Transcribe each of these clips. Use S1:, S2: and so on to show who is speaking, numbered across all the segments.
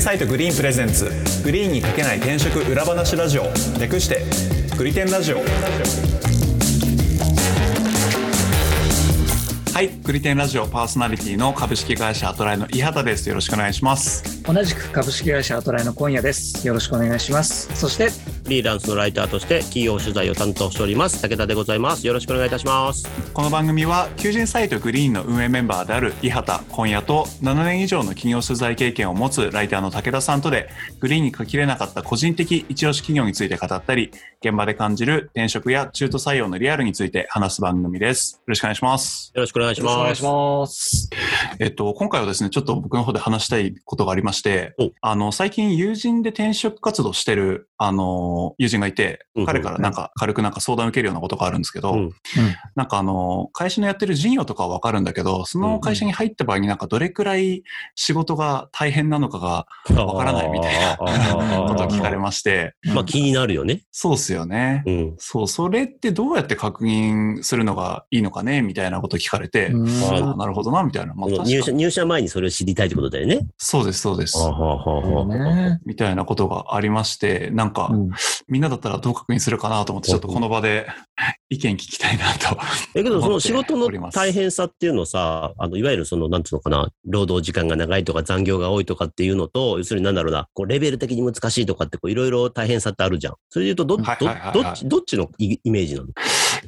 S1: サイトグリーンプレゼンツグリーンにかけない転職裏話ラジオ略してグリテンラジオはいグリテンラジオパーソナリティの株式会社アトライの井畑ですよろしくお願いします
S2: 同じく株式会社アトライの今夜です。よろしくお願いします。そして、
S3: リーダンスのライターとして企業取材を担当しております武田でございますよろしくお願いいたします
S1: この番組は求人サイトグリーンの運営メンバーである井畑今夜と7年以上の企業取材経験を持つライターの武田さんとでグリーンに書ききれなかった個人的一押し企業について語ったり現場で感じる転職や中途採用のリアルについて話す番組ですよろしくお願いします
S3: よろしくお願いし
S2: よろしくお願
S3: ま
S2: い
S3: す
S2: します。
S1: えっと、今回はですね、ちょっと僕の方で話したいことがありまして
S3: お、
S1: あの、最近友人で転職活動してる、あの、友人がいて
S3: うんう、ん
S1: 彼からなんか軽くなんか相談受けるようなことがあるんですけど、
S3: うん
S1: なんかあの、会社のやってる事業とかはわかるんだけど、その会社に入った場合になんかどれくらい仕事が大変なのかがわからないみたいなことを聞かれまして、
S3: まあ気になるよね
S1: そうっすよね。
S3: うん
S1: そう、それってどうやって確認するのがいいのかねみたいなことを聞かれて、
S2: うん
S3: あ
S1: あなるほどな、みたいな。まあ、
S3: この
S1: 確
S3: 入
S1: か
S3: 社
S1: に
S3: 入社前にそれを知りたいってことだよね
S1: そうです、そうです。
S2: そうね
S1: みたいなことがありまして、なんか、
S2: うん
S1: みんなだったらどう確認するかなと思って、ちょっとこの場で 意見聞きたいなと。
S3: だけど、そ
S1: 思
S3: の
S1: って
S3: 仕事
S1: おりま
S3: の
S1: す
S3: 大変さっていうのをさ、あの、いわゆるその、なんつうのかな、労働時間が長いとか残業が多いとかっていうのと、要するになんだろうな、こう、レベル的に難しいとかって、こう、いろいろ大変さってあるじゃん。それで言うと、ど、
S1: はいはいはいはい
S3: ど、どっち、どっちのイイメージなの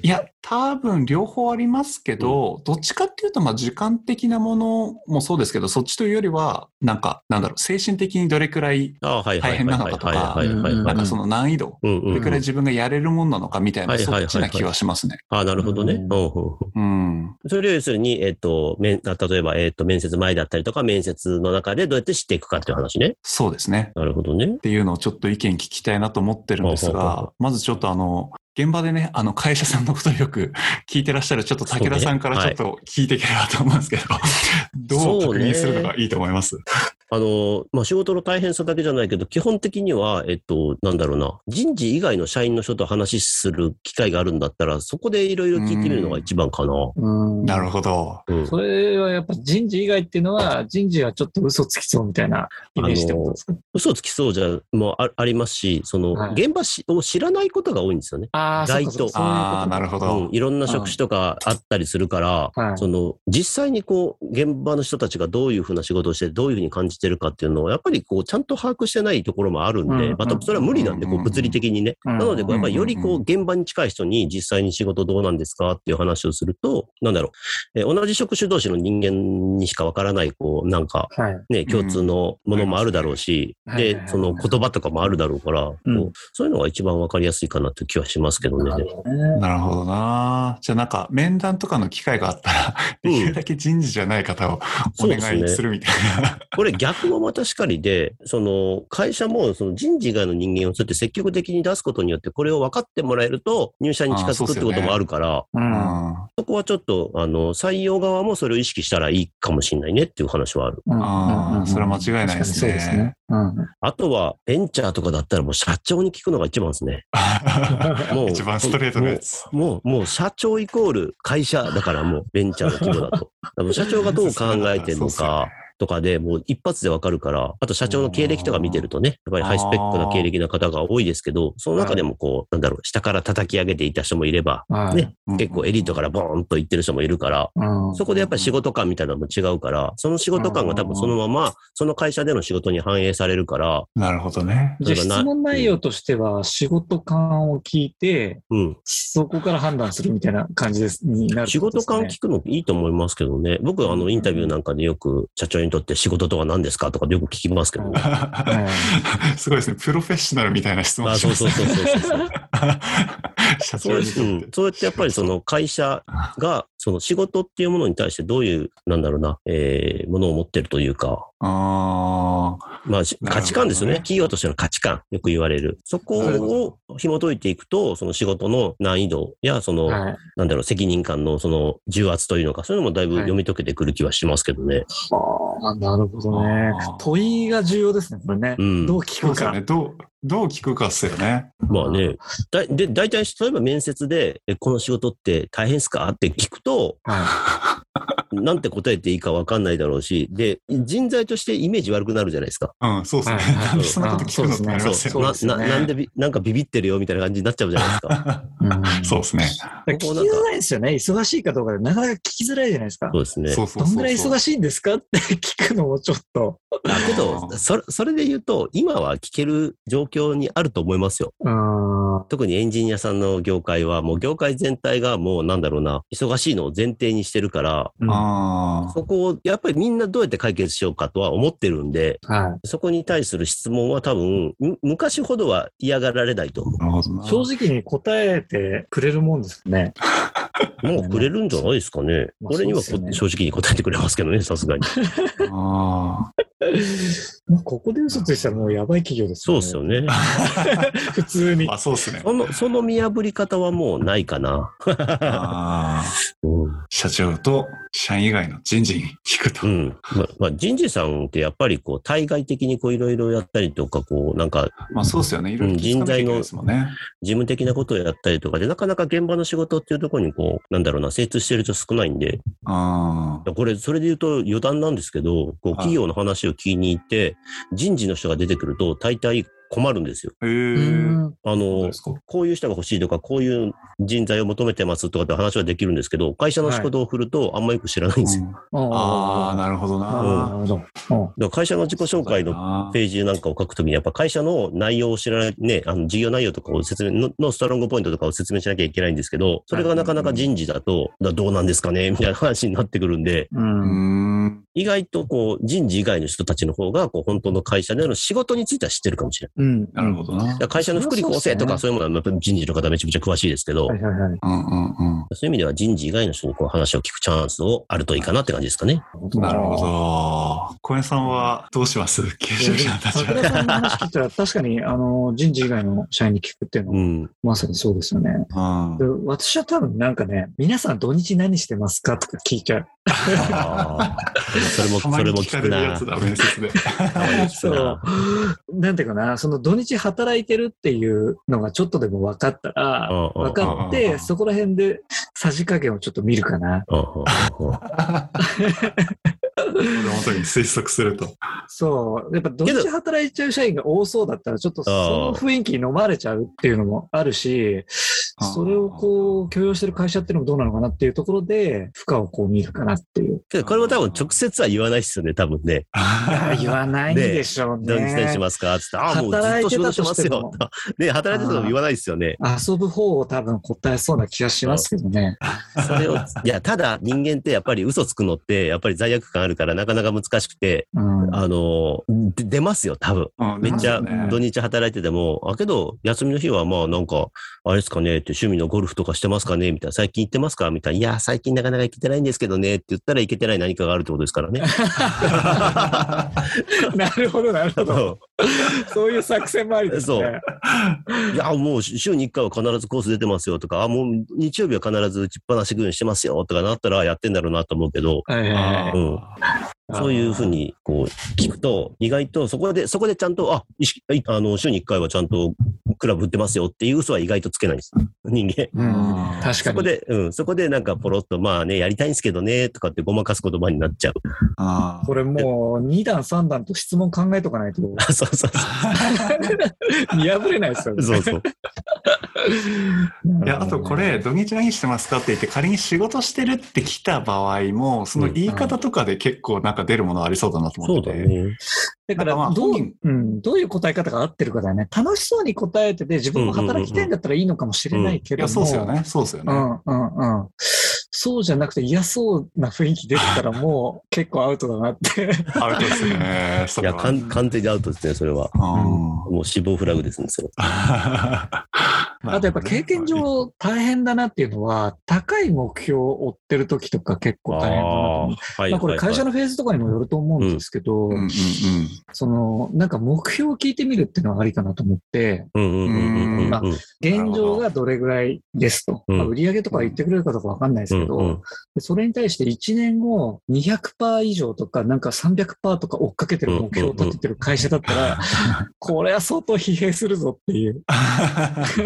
S1: いや、多分両方ありますけど、どっちかっていうと、まあ時間的なものもそうですけど、そっちというよりは、なんか、なんだろう、精神的にどれくらい、
S3: ああ、はいは
S1: 大
S3: いはい
S1: 変な
S3: は
S1: いの
S3: はい
S1: かとか
S3: はいはいは
S2: う
S3: い。
S1: なんかその難易度、
S3: うん
S1: ど
S3: う
S1: れ
S3: ん
S1: く。らい自分がやれるもんなのかみたいな、
S3: はいはいはい
S1: そ
S3: は
S1: っ
S3: い
S1: ちな気はしますね。
S3: ああ、なるほどね。う
S2: うんん
S3: うんう
S1: う
S3: ん。
S1: ん。
S3: それを要するに、えっ、と、面、あ例えば、えっ、と、面接前だったりとか、面接の中でどうやって知っていくかっていう話ね。
S1: そうですね。
S3: なるほどね
S1: っ。ていうのをちょっと意見聞きたいなと思ってるんです
S3: ほうほうほ
S1: が、まずちょっとあの、現場でね、あの、会社さんのことをよく聞いてらっしゃる、ちょっと武田さんから
S3: そう
S1: ちょっ
S3: ね
S1: と聞いていければと思うん ですけど、どう
S3: そう
S1: 確
S3: ね
S1: 認するのがいいと思います。
S3: あの、まあ、仕事の大変さだけじゃないけど、基本的には、えっと、なんだろうな、人事以外の社員の人と話しする機会があるんだったら、そこでいろいろ聞いてみるのが一番かな。
S2: うん
S1: なるほど。
S3: うん。
S2: それはやっぱ人事以外っていうのは、人事はちょっと嘘つきそうみたいなイメージってことですか
S3: 嘘つきそうじゃ、もあありますし、その、
S2: はい
S3: 現場しを知らないことが多いんですよね。
S2: ああ、そうか
S3: 該
S2: そう
S3: 当
S2: か
S1: ああ、なるほ
S3: うん
S1: ど。。
S3: いろんな職種とかあったりするから、
S2: はい
S3: その、実際にこう、現場の人たちがどういうふうな仕事をして、どういうふうに感じてるかっていうのを、やっぱりこう、ちゃんと把握してないところもあるん
S2: うんう
S3: で、
S2: ん
S3: またそれは無理なんで、こ
S1: う
S3: う、
S1: ん
S3: 物理的にね。
S2: うん
S3: なので、こうやっぱりよりこ
S1: うん
S3: う、現場に近い人に実際に仕事どうなんですかっていう話をすると、なんだろう、えー同じ職種同士の人間にしかわからない、こう、なんか、
S2: はい。
S3: ね、共通のものもあるだろうし、
S2: うんはいはいは
S3: で、
S2: い
S3: その言葉とかもあるだろうから、
S2: うん
S3: こうそういうのが一番わかりやすいかなという気はしますけどね。
S2: なるほどね。
S1: なるほどな。じゃあなんか、面談とかの機会があったら、
S3: う
S1: で
S3: ん
S1: きるだけ人事じゃない方をお
S3: そう
S1: 願
S3: ですね
S1: いするみたいな。
S3: これ逆もまたしかりで、その会社もその人事以外の人間をそうやって積極的に出すことによって、これを分かってもらえると入社に近
S1: あそうっ
S3: づくっ
S1: す
S3: て
S1: よね
S3: こともあるから、
S2: う。
S1: うんん。
S3: そこはちょっとあの採用側もそれを意識したらいいかもしれないねっていう話はある。
S2: うん
S1: あー
S2: うん
S1: それは間違いないですね
S2: 確かにそうですね。うん。
S3: あとはベンチャーとかだったらもう社長に聞くのが一番ですね。もう
S1: 一番ストレートなやつ。
S3: もう、もう社長イコール会社だからもうベンチャーの規模 だと。多分社長がどう考えてるのかとかでもう一発でわかるから、あと社長の経歴とか見てるとね、やっぱりハイスペックな経歴の方が多いですけど、その中でもこう、なんだろう、下から叩き上げていた人もいれば、
S2: はい
S3: ね結構エリートからボーンと行ってる人もいるから、
S2: うん
S3: そこでやっぱり仕事感みたいなのも違うから、その仕事感が多分そのまま、その会社での仕事に反映されるから、
S1: なるほどね。
S2: じゃあ
S3: そうだな
S2: 質問内容としては、仕事感を聞いて、
S3: うん、
S2: そこから判断するみたいな感じです、になるって
S3: 仕
S2: ことで
S3: 事
S2: すか
S3: 感
S2: ね
S3: 聞くのいいと思いますけどね。僕、あの、インタビューなんかでよく、社長にとって仕事とは何ですかとかでよく聞きますけど。
S2: はう ん
S1: すごいですね。プロフェッショナルみたいな質問
S3: あ
S1: し
S3: そ
S1: ま
S3: う
S1: す
S3: そうそうそうそう。
S1: 社
S3: そ
S1: 長
S3: う
S1: にと
S3: う
S1: っ
S3: ん
S1: て。、
S3: そうやってやっぱりその会社が、その仕事っていうものに対してどういう、なんだろうな、えー、ものを持ってるというか、
S1: ああ、
S3: まあ、し
S1: なるほどね
S3: 価値観ですよね。企業としての価値観、よく言われる。そこ
S2: なる
S3: を紐解いていくと、その仕事の難易度や、その、
S2: はい。
S3: なんだろう、責任感のその重圧というのか、そういうのもだいぶ読み解けてくる気はしますけどね。
S2: あーなるほどね
S1: あー。
S2: 問いが重要ですね、これね。
S3: うん
S2: どう聞
S1: そう
S2: く
S1: ですよ
S2: か。
S1: ね。どう、どう聞くかっすよね。
S3: まあね、だで大体、例えば面接で、えこの仕事って大変ですかって聞くと、
S2: は
S3: なんて答えていいかわかんないだろうし、で、人材としてイメージ悪くなるじゃないですか。
S1: うん、そうですね。
S2: はいはい
S1: なんでそんなこと聞くのってなり
S3: そ
S1: ま
S3: う
S1: す
S2: そ
S1: よ
S2: う
S1: ね。
S3: な
S2: ですね
S3: ななんでび、なんかビビってるよみたいな感じになっちゃうじゃないですか。
S1: そう ですね。
S2: だから聞きづらいですよね。忙しいかどうかで、なかなか聞きづらいじゃないですか
S3: そ。うですね。
S1: そうそうそうそう。
S2: どんぐらい忙しいんですかって聞くのもちょっと。
S3: だけど、それ、それで言うと、今は聞ける状況にあると思いますよ。
S2: うーん。は
S3: 特にエンジニアさんの業界は、もう業界全体がもうなんだろうな、忙しいのを前提にしてるから、
S1: あ
S3: そこをやっぱりみんなどうやって解決しようかとは思ってるんで、
S2: い。
S3: そこに対する質問は多分、む昔ほどは嫌がられないと思
S1: あ。なるほどな。
S2: 正直に答えてくれるもんですかね。
S3: う。もうくれるんじゃないですかね。
S2: まあ
S3: 俺にはこ
S2: そうですよね
S3: 正直に答えてくれますけどね、さ すがに。
S1: あ
S2: まあここで嘘ついてたらもうやばい企業です
S3: そう
S2: よ
S3: で
S2: ね。
S3: すよね。
S2: ね。 普通
S1: ー
S2: に
S1: ま。あ、そうですね。
S3: その、その見破り方はもうないかな。
S1: あー
S3: うん。
S1: 社長と社員以外の人事に聞くと
S3: う。ん。ま、まあ、人事さんってやっぱりこう、対外的にこう、いろいろやったりとか、こう、なんか、
S1: まあ、そうですよね。いろいろ気づかなきゃいけないですもんね。
S3: 事務的なことをやったりとかで、なかなか現場の仕事っていうところにこう、なんだろうな、精通してる人少ないんで、
S1: あ
S3: これ、それで言うと余談なんですけど、こう
S1: はい
S3: 企業の話を聞きに行って、人事の人が出てくると大体困るんですよ。
S1: あ。へえ
S2: う。ん
S1: そ
S3: あ
S1: う
S3: の
S1: で、すか
S3: こういう人が欲しいとか、こういう人材を求めてますとかって話はできるんですけど、会社の仕事を振るとあんまよく知らないんですよ。
S1: うんああ、なるほど
S2: あー
S1: な。
S2: なるほど。うん
S3: だから会社の自己紹介の
S1: の
S3: ページなんかを書くときに、やっぱ会社の内容を知らない、ね、あの事業内容とかを説明の、のストロングポイントとかを説明しなきゃいけないんですけど、それがなかなか人事だと、だどうなんですかねみたいな話になってくるんで、
S2: う。
S1: うんん。
S3: 意外とこう、人事以外の人たちの方が、こう、本当の会社での仕事については知ってるかもしれない。
S2: うん。
S1: なるほどな。
S3: だから会社の福利厚生とか、そういうものはやっぱり人事の方めちゃくちゃ詳しいですけど
S2: は、いはいはい。
S1: うんうんうん。
S3: そういう意味では人事以外の人にこう話を聞くチャンスをあるといいかなって感じですかね。
S1: なるほど。小屋さんはどうします求職者たち
S2: 桜
S1: は。
S2: さんの話聞いたら、確かに、あの、人事以外の社員に聞くっていうの
S3: う
S2: は、
S3: ん。
S2: まさにそうですよね。
S1: うん
S2: で私は多分なんかね、皆さん土日何してますかとか聞いちゃう。
S3: あーそれ も、
S1: たま
S3: それ
S1: に
S3: も
S1: 聞かれ
S3: 聞く
S1: るや
S3: な
S1: つ。だ、面接で。
S3: たまに 聞くな。
S2: なんていうかな、その土日働いてるっていうのがちょっとでも分かったら、
S3: うんうん
S2: 分かっ
S1: うんうんうん
S2: て、そこら辺でさじ加減をちょっと見るかな。
S3: うんうんうんうん
S1: 俺本当に推測すると。
S2: そう。やっぱ土日働いちゃう社員が多そうだったら、ちょっとその雰囲気に飲まれちゃうっていうのもあるし、
S1: あー
S2: それをこう許容してる会社っていうのもどうなのかなっていうところで、負荷をこう見るかなっていう。
S3: けどこれも多分直接は言わないですよね、多分ね。
S2: 言わないでしょう
S3: 何
S2: ね。
S3: してますかって言ったら、あーもうずっと仕事してますよ。 ね、働いてたとも言わないですよね。
S2: 遊ぶ方を多分答えそうな気がしますけどね。
S3: それを、いや、ただ人間ってやっぱり嘘つくのって、やっぱり罪悪感あるからなかなか難しくて、
S2: うん。
S3: あの、で出ますよ、多分。
S1: うん
S3: めっちゃ
S1: 出ます
S3: 土
S1: よね
S3: 日働いてても、あ、けど、休みの日はまあなんか、あれですかねって、趣味のゴルフとかしてますかねみたいな、最近行ってますかみたいな、いや、最近なかなか行けてないんですけどねって言ったら行けてない何かがあるってことですから ね。
S2: なるほど、なるほど。
S3: そ
S2: そういう作戦もありですね。
S3: そうういや、もう週に1回は必ずコース出てますよとか、あ、もう日曜日は必ず打ちっぱなし軍してますよとかなったらやってんだろうなと思うけど、
S2: はいはいは
S1: あ
S2: い
S1: ー
S3: うんそういうふう。にこう聞くと、意外とそこで、そこでちゃんと、あ、意識いあの週に1回はちゃんとクラブ売ってますよっていう嘘は意外とつけないんです。人間。
S2: うん。確かに。
S3: そこで、うん、そこでなんかポロッと、まあね、やりたいんですけどね、とかってごまかす言葉になっちゃう。
S1: あー
S2: これもう2段3段と質問考えとかないと
S3: あそうそう
S2: 見破れないですよ
S3: そう。
S2: ね。
S3: そうそう。
S1: いや、あとこれ、土日何してますかって言って、仮に仕事してるって来た場合も、その言い方とかで結構なんか出るものありそうだなと
S3: そ
S1: 思
S3: う
S1: っ
S3: だ
S1: てて。
S3: ね。
S2: だか
S1: なんかま
S2: ら
S1: あ
S2: ど
S1: 本
S2: う
S1: 人、
S2: うん、どういう答え方が合ってるかだよね。楽しそうに答えてて、自分も働きたいんだったらいいのかもしれないけ
S1: い
S2: れ
S1: や、
S2: ども、
S1: そうですよね。そうですよ
S2: う
S1: ね。
S2: んうんうん。そうじゃなくて嫌そうな雰囲気出てたらも う結構アウトだなって。
S1: アウトですよね。そ
S3: い
S1: れ
S3: や、
S1: は
S3: かん完全にアウトですね、それは。
S1: うん
S3: もう死亡フラグですね、それ。
S1: あ
S2: あとやっぱ経験上大変だなっていうのは、高い目標を追ってる時とか結構大変だなと思う。
S3: あーはい
S2: まあ、これ会社のフェーズとかにもよると思うんですけど、
S1: うんうん
S2: その、なんか目標を聞いてみるっていうのはありかなと思って、
S3: うんうんうんうんうんうん。
S1: ま
S3: うん
S2: 現状がどれぐらいですと。
S3: うん
S2: まあ、売上とか言ってくれるかどうかわかんないですけど、ど、
S3: うん
S2: でそれに対して1年後200%以上とかなんか300%とか追っかけてる目標を立ててる会社だった ら、これは相当疲弊するぞっていう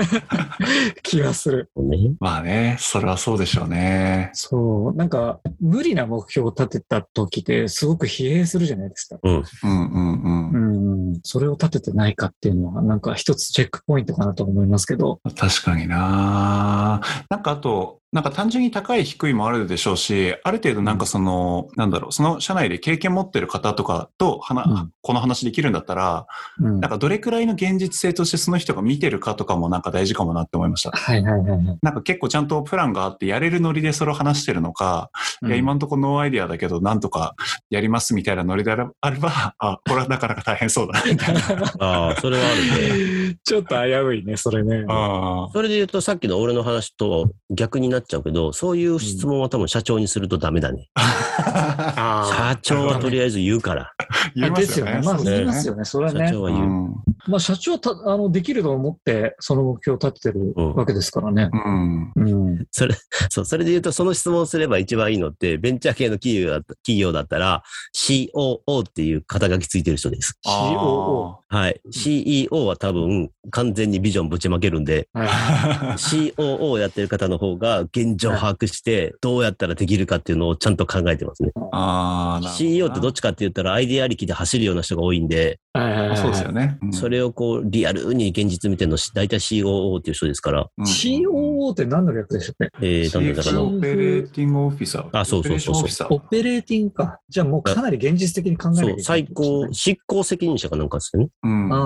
S2: 気がする。
S3: そうね。
S1: まあね、それはそうでしょうね。
S2: そう。なんか無理な目標を立てた時ってすごく疲弊するじゃないですか。
S1: うんうんうん。
S2: うん。それを立ててないかっていうのはなんか一つチェックポイントかなと思いますけど。
S1: 確かにななんかあと、なんか単純に高い低いもあるでしょうし、ある程度なんかその、なんだろう、その社内で経験持ってる方とかと話、
S2: うん
S1: この話できるんだったら、
S2: うん。
S1: なん
S2: は
S1: かどれくらいの現実性としてその人が見てるかとかもなんか大事かもなって思いました。
S2: いはいはいはい。
S1: なんか結構ちゃんとプランがあってやれるノリでそれを話してるのか、いや、今んとこノーアイディアだけど、なんとかやりますみたいなノリであれあれば、あ、これはなかなか大変そうだ、みたいな。
S3: ああ、それはあるね。
S2: ちょっと危ういね、それね。
S1: あー
S3: それで言うと、さっきの俺の話と逆になっちゃうけど、そういう質問は多分社長にするとダメだね。
S2: あ
S3: 社長はとりあえず言うから。
S1: 言いま
S2: ですす
S1: よ
S2: よ
S1: ね。
S2: ね。まあ
S1: そう
S2: 言いますよね。それは
S3: 社
S2: ね。
S3: 長は
S1: う
S3: 言う。
S1: ん
S2: まあ社長た、あの、できると思って、その目標を立ててる
S3: うん
S2: わけですからね
S1: う。ん。
S2: うん。
S3: それ、そう、それで言うと、その質問すれば一番いいのって、ベンチャー系の企業だった企業だったら、COO っていう肩書きついてる人です。
S2: COO。
S3: はい。CEO は多分、完全にビジョンぶちまけるんで、
S2: はい。
S1: あ
S3: COO やってる方の方が現状把握して、どうやったらできるかっていうのをちゃんと考えてますね。
S1: あー、
S3: CEO ってどっ
S1: ち
S3: ちかって言ったら、アイデアありきで走るような人が多いんで、
S2: はいはいはい
S1: そうですよね。うん
S3: それをこう、リアルに現実見てるの、大体 COO っていう人ですから、
S1: うん
S2: COO って何の略でしたっけ
S3: えー、なんだか
S1: CX
S3: ら、
S1: オペレーティングオフィサー。
S3: あそうそうそ
S1: オペレーション
S3: うそう
S1: オフィサー
S2: オペレーティングか。じゃあもうかなり現実的に考えなきゃ
S3: そ
S2: いけな
S3: う、
S2: い。
S3: 最高、。執行責任者かなんかですよね。
S1: うん。うん
S2: あ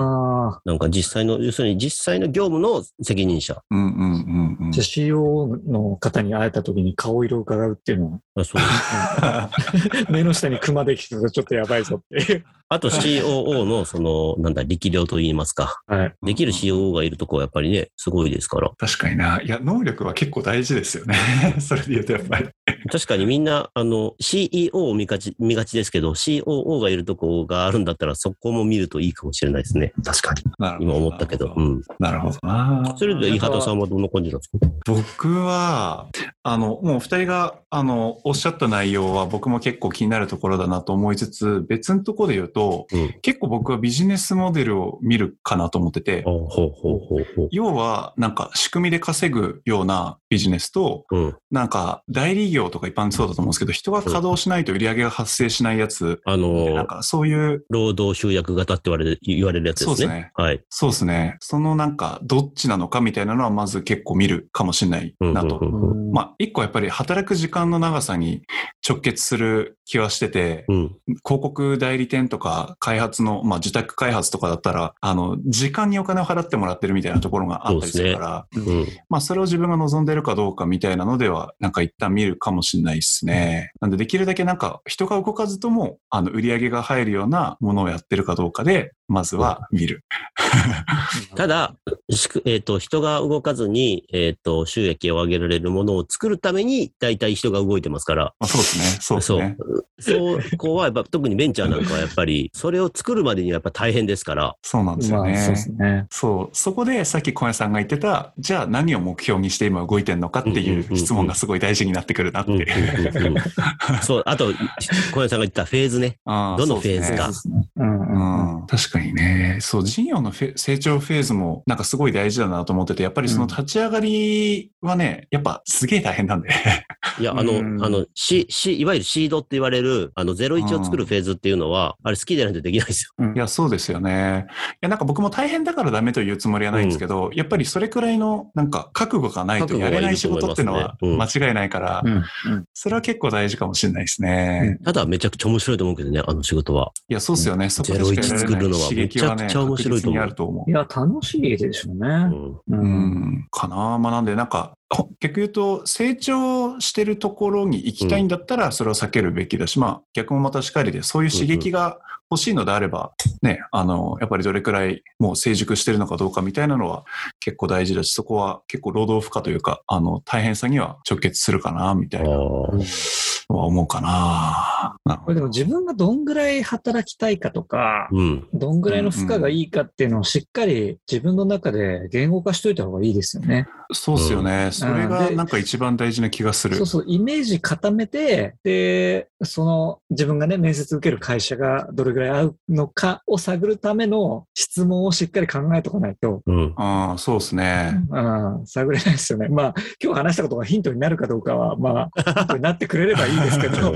S2: あ。
S3: なんか実際の、要するに実際の業務の責任者。
S1: うんうんうん。
S2: じゃあ COO の方に会えた時に顔色を伺うっていうのは、
S3: あ そう
S2: 目の下にクマできてたらちょっとやばいぞっていう。
S3: あと COO の、その、なんだ、力量といいますか。
S2: はい。
S3: できる COO がいるとこはやっぱりね、すごいですから。
S1: 確かにな。いや、能力は結構大事ですよね。 それで言うとやっぱり。
S3: 確かにみんな、あの、CEO を見がち、見がちですけど、COO がいるとこがあるんだったら、そこも見るといいかもしれないですね。確かに。
S1: なるほど
S3: 今思ったけど。うん。
S1: なるほどな。
S3: それで、伊畑さんはどんな感じなんですか
S1: 僕は、あの、もうお二人が、あの、おっしゃった内容は僕も結構気になるところだなと思いつつ、別のところで言うと、
S3: うん
S1: 結構僕はビジネスモデルを見るかなと思ってて
S3: あ、ほうほうほうほう。
S1: 要は、なんか仕組みで稼ぐようなビジネスと、
S3: うん。
S1: なんか代理業とか一般そうだと思うんですけど、人が稼働しないと売り上げが発生しないやつ、
S3: あの
S1: なん、かそういう、
S3: 労働集約型って言われる、言われるやつです
S1: そ
S3: ね。
S1: うですね
S3: はい。
S1: そうですね。そのなんか、どっちなのかみたいなのはまず結構見るかもしれない
S3: うん
S1: なと。
S3: うんうん
S1: まあ、一個やっぱり働く時間の長さに直結する気はしてて、
S3: うん。
S1: 広告代理店とか開発の、まあ、受託開発とかだったら、あの、時間にお金を払ってもらってるみたいなところがあったりするから、
S3: うん。
S1: まあ、それを自分が望んでるかどうかみたいなのでは、なんか一旦見るかもしれないですね。なんで、できるだけなんか人が動かずとも、あの、売り上げが入るようなものをやってるかどうかで、まずは見る。
S3: ただ、しくえっ、と、人が動かずに、えっ、と、収益を上げられるものを作るために、大体人が動いてますから。
S1: まあ、そうですね。そうですね。
S3: そう、そこはやっぱ、 特にベンチャーなんかはやっぱり、それを作るまでにはやっぱ大変ですから。
S1: そうなんですよね。
S2: まあ、そうですね。
S1: そう。そこでさっき小屋さんが言ってた、じゃあ何を目標にして今動いてんのかって
S3: うんうん
S1: い
S3: うんう
S1: うん質問がすごい大事になってくるなって
S3: うんうん
S1: いう。
S3: うんうんそう、あと、小谷さんが言ったフェーズね。
S1: あ
S3: どのフェーズ
S1: そうです
S3: か
S1: ね
S2: うんう
S1: うん
S2: うん。
S1: ん、確かにね。そう、事業のフェ成長フェーズもなんかすごい大事だなと思ってて、やっぱりその立ち上がりはね、やっぱすげえ大変 なんで。
S3: いや、あの、
S2: うん
S3: あの、し、し、いわゆるシードって言われる、あの、01を作るフェーズっていうのは、あれ好きじゃないとできないですよ。
S1: いや、そうですよね。いや、なんか僕も大変だからダメというつもりはないんですけど、やっぱりそれくらいのなんか覚悟がないとやれない仕事ってのは
S3: 覚悟
S1: 間
S3: が
S1: 違いないから、
S2: うん
S1: それは結構大事かもしれないですね。
S2: うん
S3: ただ、めちゃくちゃ面白いと思うけどね、あの仕事は。
S1: いや、そうっすよね。そこでしかやられ
S3: 01作るの
S1: ない
S3: は
S1: 刺激はね、
S3: めちゃくちゃ面白いと思
S1: 確実
S3: う
S1: にあると思
S2: いや、楽しいでしょう
S3: う
S2: ね。
S3: ん。
S2: う
S1: う。う。ん。かなまあ、なんで、なんか、こ逆言うと、成長してるところに行きたいんだったら、それを避けるべきだし、まあ、逆もまたしかりで、そういう刺激が欲しいのであれば、ね、あの、やっぱりどれくらいもう成熟してるのかどうかみたいなのは結構大事だし、そこは結構労働負荷というか、あの、大変さには直結するかな、みたいなの
S3: あ
S1: は思うかな。なる
S2: こ
S1: ほ
S2: れ
S1: ど
S2: でも自分がどんぐらい働きたいかとか、
S3: うん。
S2: どんぐらいの負荷がいいかっていうのをしっかり自分の中で言語化しといた方がいいですよね。
S1: そうっすよね。それ
S2: うん
S1: が
S2: で
S1: なんか一番大事な気がする。
S2: そうそう、イメージ固めて、で、その自分がね、面接受ける会社がどれぐらい合うのかを探るための質問をしっかり考えとかないと、
S3: うん。
S1: うん、そうですね。
S2: うん、探れないですよね。まあ、今日話したことがヒントになるかどうかは、まあ、ヒントになってくれればいいですけど。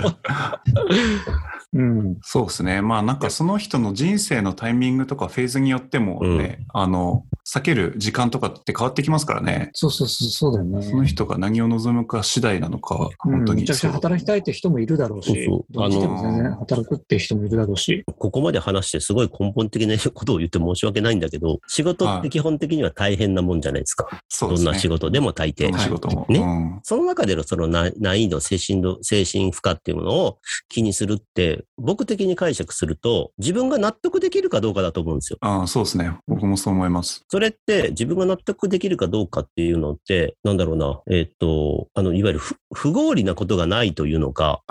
S2: うん。
S1: そうですね。まあなんかその人の人生のタイミングとかフェーズによってもね、あの、避ける時間とかって変わってきますからね。
S2: そうそうそう、そうだよね。
S1: その人が何を望むか次第なのかは、本当
S2: うん
S1: に。
S2: めちゃくちゃ働きたいって人もいるだろうし、
S3: そうそう
S2: どっちでも全然働くって人もいるだろうし。
S3: ここまで話してすごい根本的なことを言って申し訳ないんだけど、仕事って基本的には大変なもんじゃないですか。
S1: そうで
S3: どん
S1: すね。
S3: な仕事でも大抵。
S1: どんな仕事も。
S3: ね
S1: うん
S3: その中でのその難難易度、精神度、精神負荷っていうものを気にするって、僕的に解釈すると、自分が納得できるかどうかだと思うんですよ。
S1: ああそうですね。僕もそう思います。
S3: それって、自分が納得できるかどうかっていうのって、なんだろうな、えーっと、あの、いわゆる不不合理なことがないというのか、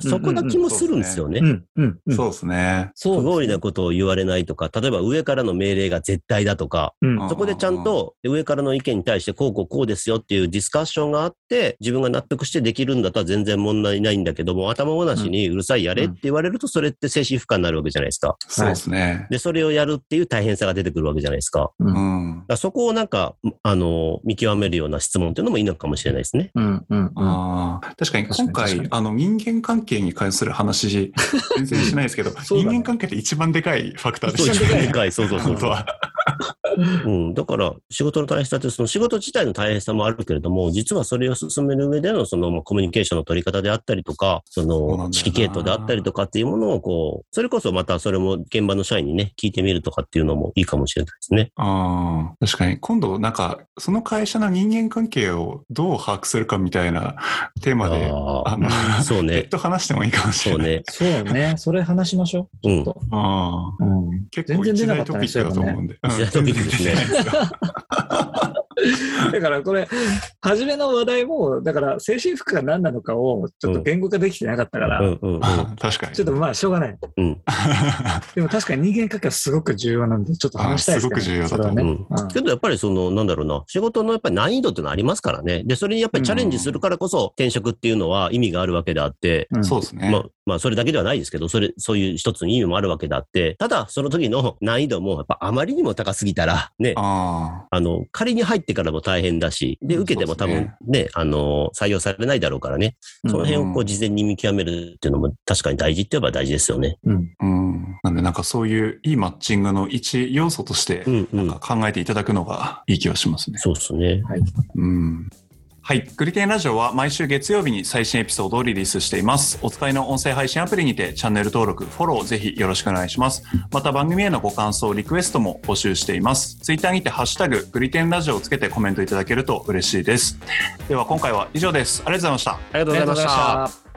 S3: そこな気もするんですよね
S2: う。ん、うん、う ん。
S1: そうですね。
S2: そう
S3: 不
S2: ですね
S3: 合理なことを言われないとか、例えば上からの命令が絶対だとか、
S2: うん
S1: あ
S3: そこでちゃんと上からの意見に対してこうこうこうですよっていうディスカッションがあって自分が納得してできるんだったら全然問題ないんだけども頭ごなしにうるさいやれって言われるとそれって精神負荷になるわけじゃないですか。
S1: そうですね。
S3: で、それをやるっていう大変さが出てくるわけじゃないですか。だか
S1: うん。
S3: らそこをなんか、あの、見極めるような質問っていうのもいいのかもしれないですね。
S2: うん、うん、うん。
S1: ああ確かに
S2: 確かに
S1: 今
S2: 確
S1: 回
S2: かに
S1: あの人間関係に関する話全然しないですけど、
S2: そうだ
S1: 人
S2: ね
S1: 間関係って一番でかいファクターで
S3: そう、
S1: し
S3: 一
S1: た
S3: 番
S1: ね。
S3: でかい。そうそうそう
S1: 本
S3: そ
S1: 当
S3: う。
S1: は。
S3: うん、だから仕事の大変さってその仕事自体の大変さもあるけれども実はそれを進める上でのそのまあコミュニケーションの取り方であったりとか
S1: そ
S3: そ
S1: うなんだよ
S3: の
S1: な
S3: 指揮系統であったりとかっていうものをこうそれこそまたそれも現場の社員にね聞いてみるとかっていうのもいいかもしれないですね。
S1: ああ、確かに。今度、なんか、その会社の人間関係をどう把握するかみたいなテーマで、
S3: あ
S1: あの、
S3: あそう
S1: 別
S3: ね
S1: 途話してもいいかもしれ
S3: そう
S1: ない。
S3: ね。
S2: そうね。それ話しましょう。
S3: うん
S2: ちょっと
S1: ああ
S2: うん。
S1: 結構
S2: 全
S1: 一
S2: 然出
S1: 大
S2: なかった
S1: トピ
S2: ね
S1: ックだと思うんで。うん
S3: 一大トピックで
S1: 全然出て
S3: すね
S1: ないですよ
S2: だからこれ、初めの話題も、だから精神負荷が何なのかを、ちょっと言語化できてなかったか
S3: う
S2: ら、
S3: んうんうん。
S1: 確かに。
S2: ちょっとまあ、しょうがない。
S3: うん
S2: でも確かに人間関係はすごく重要なんで、ちょっと話したいですね。
S1: あすごく重要だと思う
S2: それ
S3: う
S2: はね
S3: ん、けどやっぱりそのなんだろうな仕事のやっぱり難易度っていうのはありますからねでそれにやっぱりチャレンジするからこそ転職っていうのは意味があるわけであって、
S2: うん
S1: そうですね。
S3: まあ、まあ、それだけではないですけど、それ、そういう一つの意味もあるわけであって、ただ、その時の難易度も、やっぱあまりにも高すぎたら、ね、あ
S1: あ
S3: の、仮に入ってからも大変だし、で、
S1: うん
S3: 受けても
S1: そ
S3: 多
S1: う
S3: 分
S1: で
S3: ね、あの、採用されないだろうからね、その辺を
S1: う
S3: こうん事前に見極めるっていうのも確かに大事って言えば大事ですよね。
S2: うん。
S1: あ、うん。なんで、なんかそういういいマッチングの一要素として
S3: う、んう
S1: なん
S3: ん。
S1: か考えていただくのがいい気がしますね。
S3: そうですね。
S2: はい。
S1: うんはい。グリテンラジオは毎週月曜日に最新エピソードをリリースしています。お使いの音声配信アプリにてチャンネル登録、フォローぜひよろしくお願いします。また番組へのご感想、リクエストも募集しています。ツイッターにてハッシュタグ、グリテンラジオをつけてコメントいただけると嬉しいです。では今回は以上です。ありがとうございました。
S3: ありがと
S2: ありがとうございました。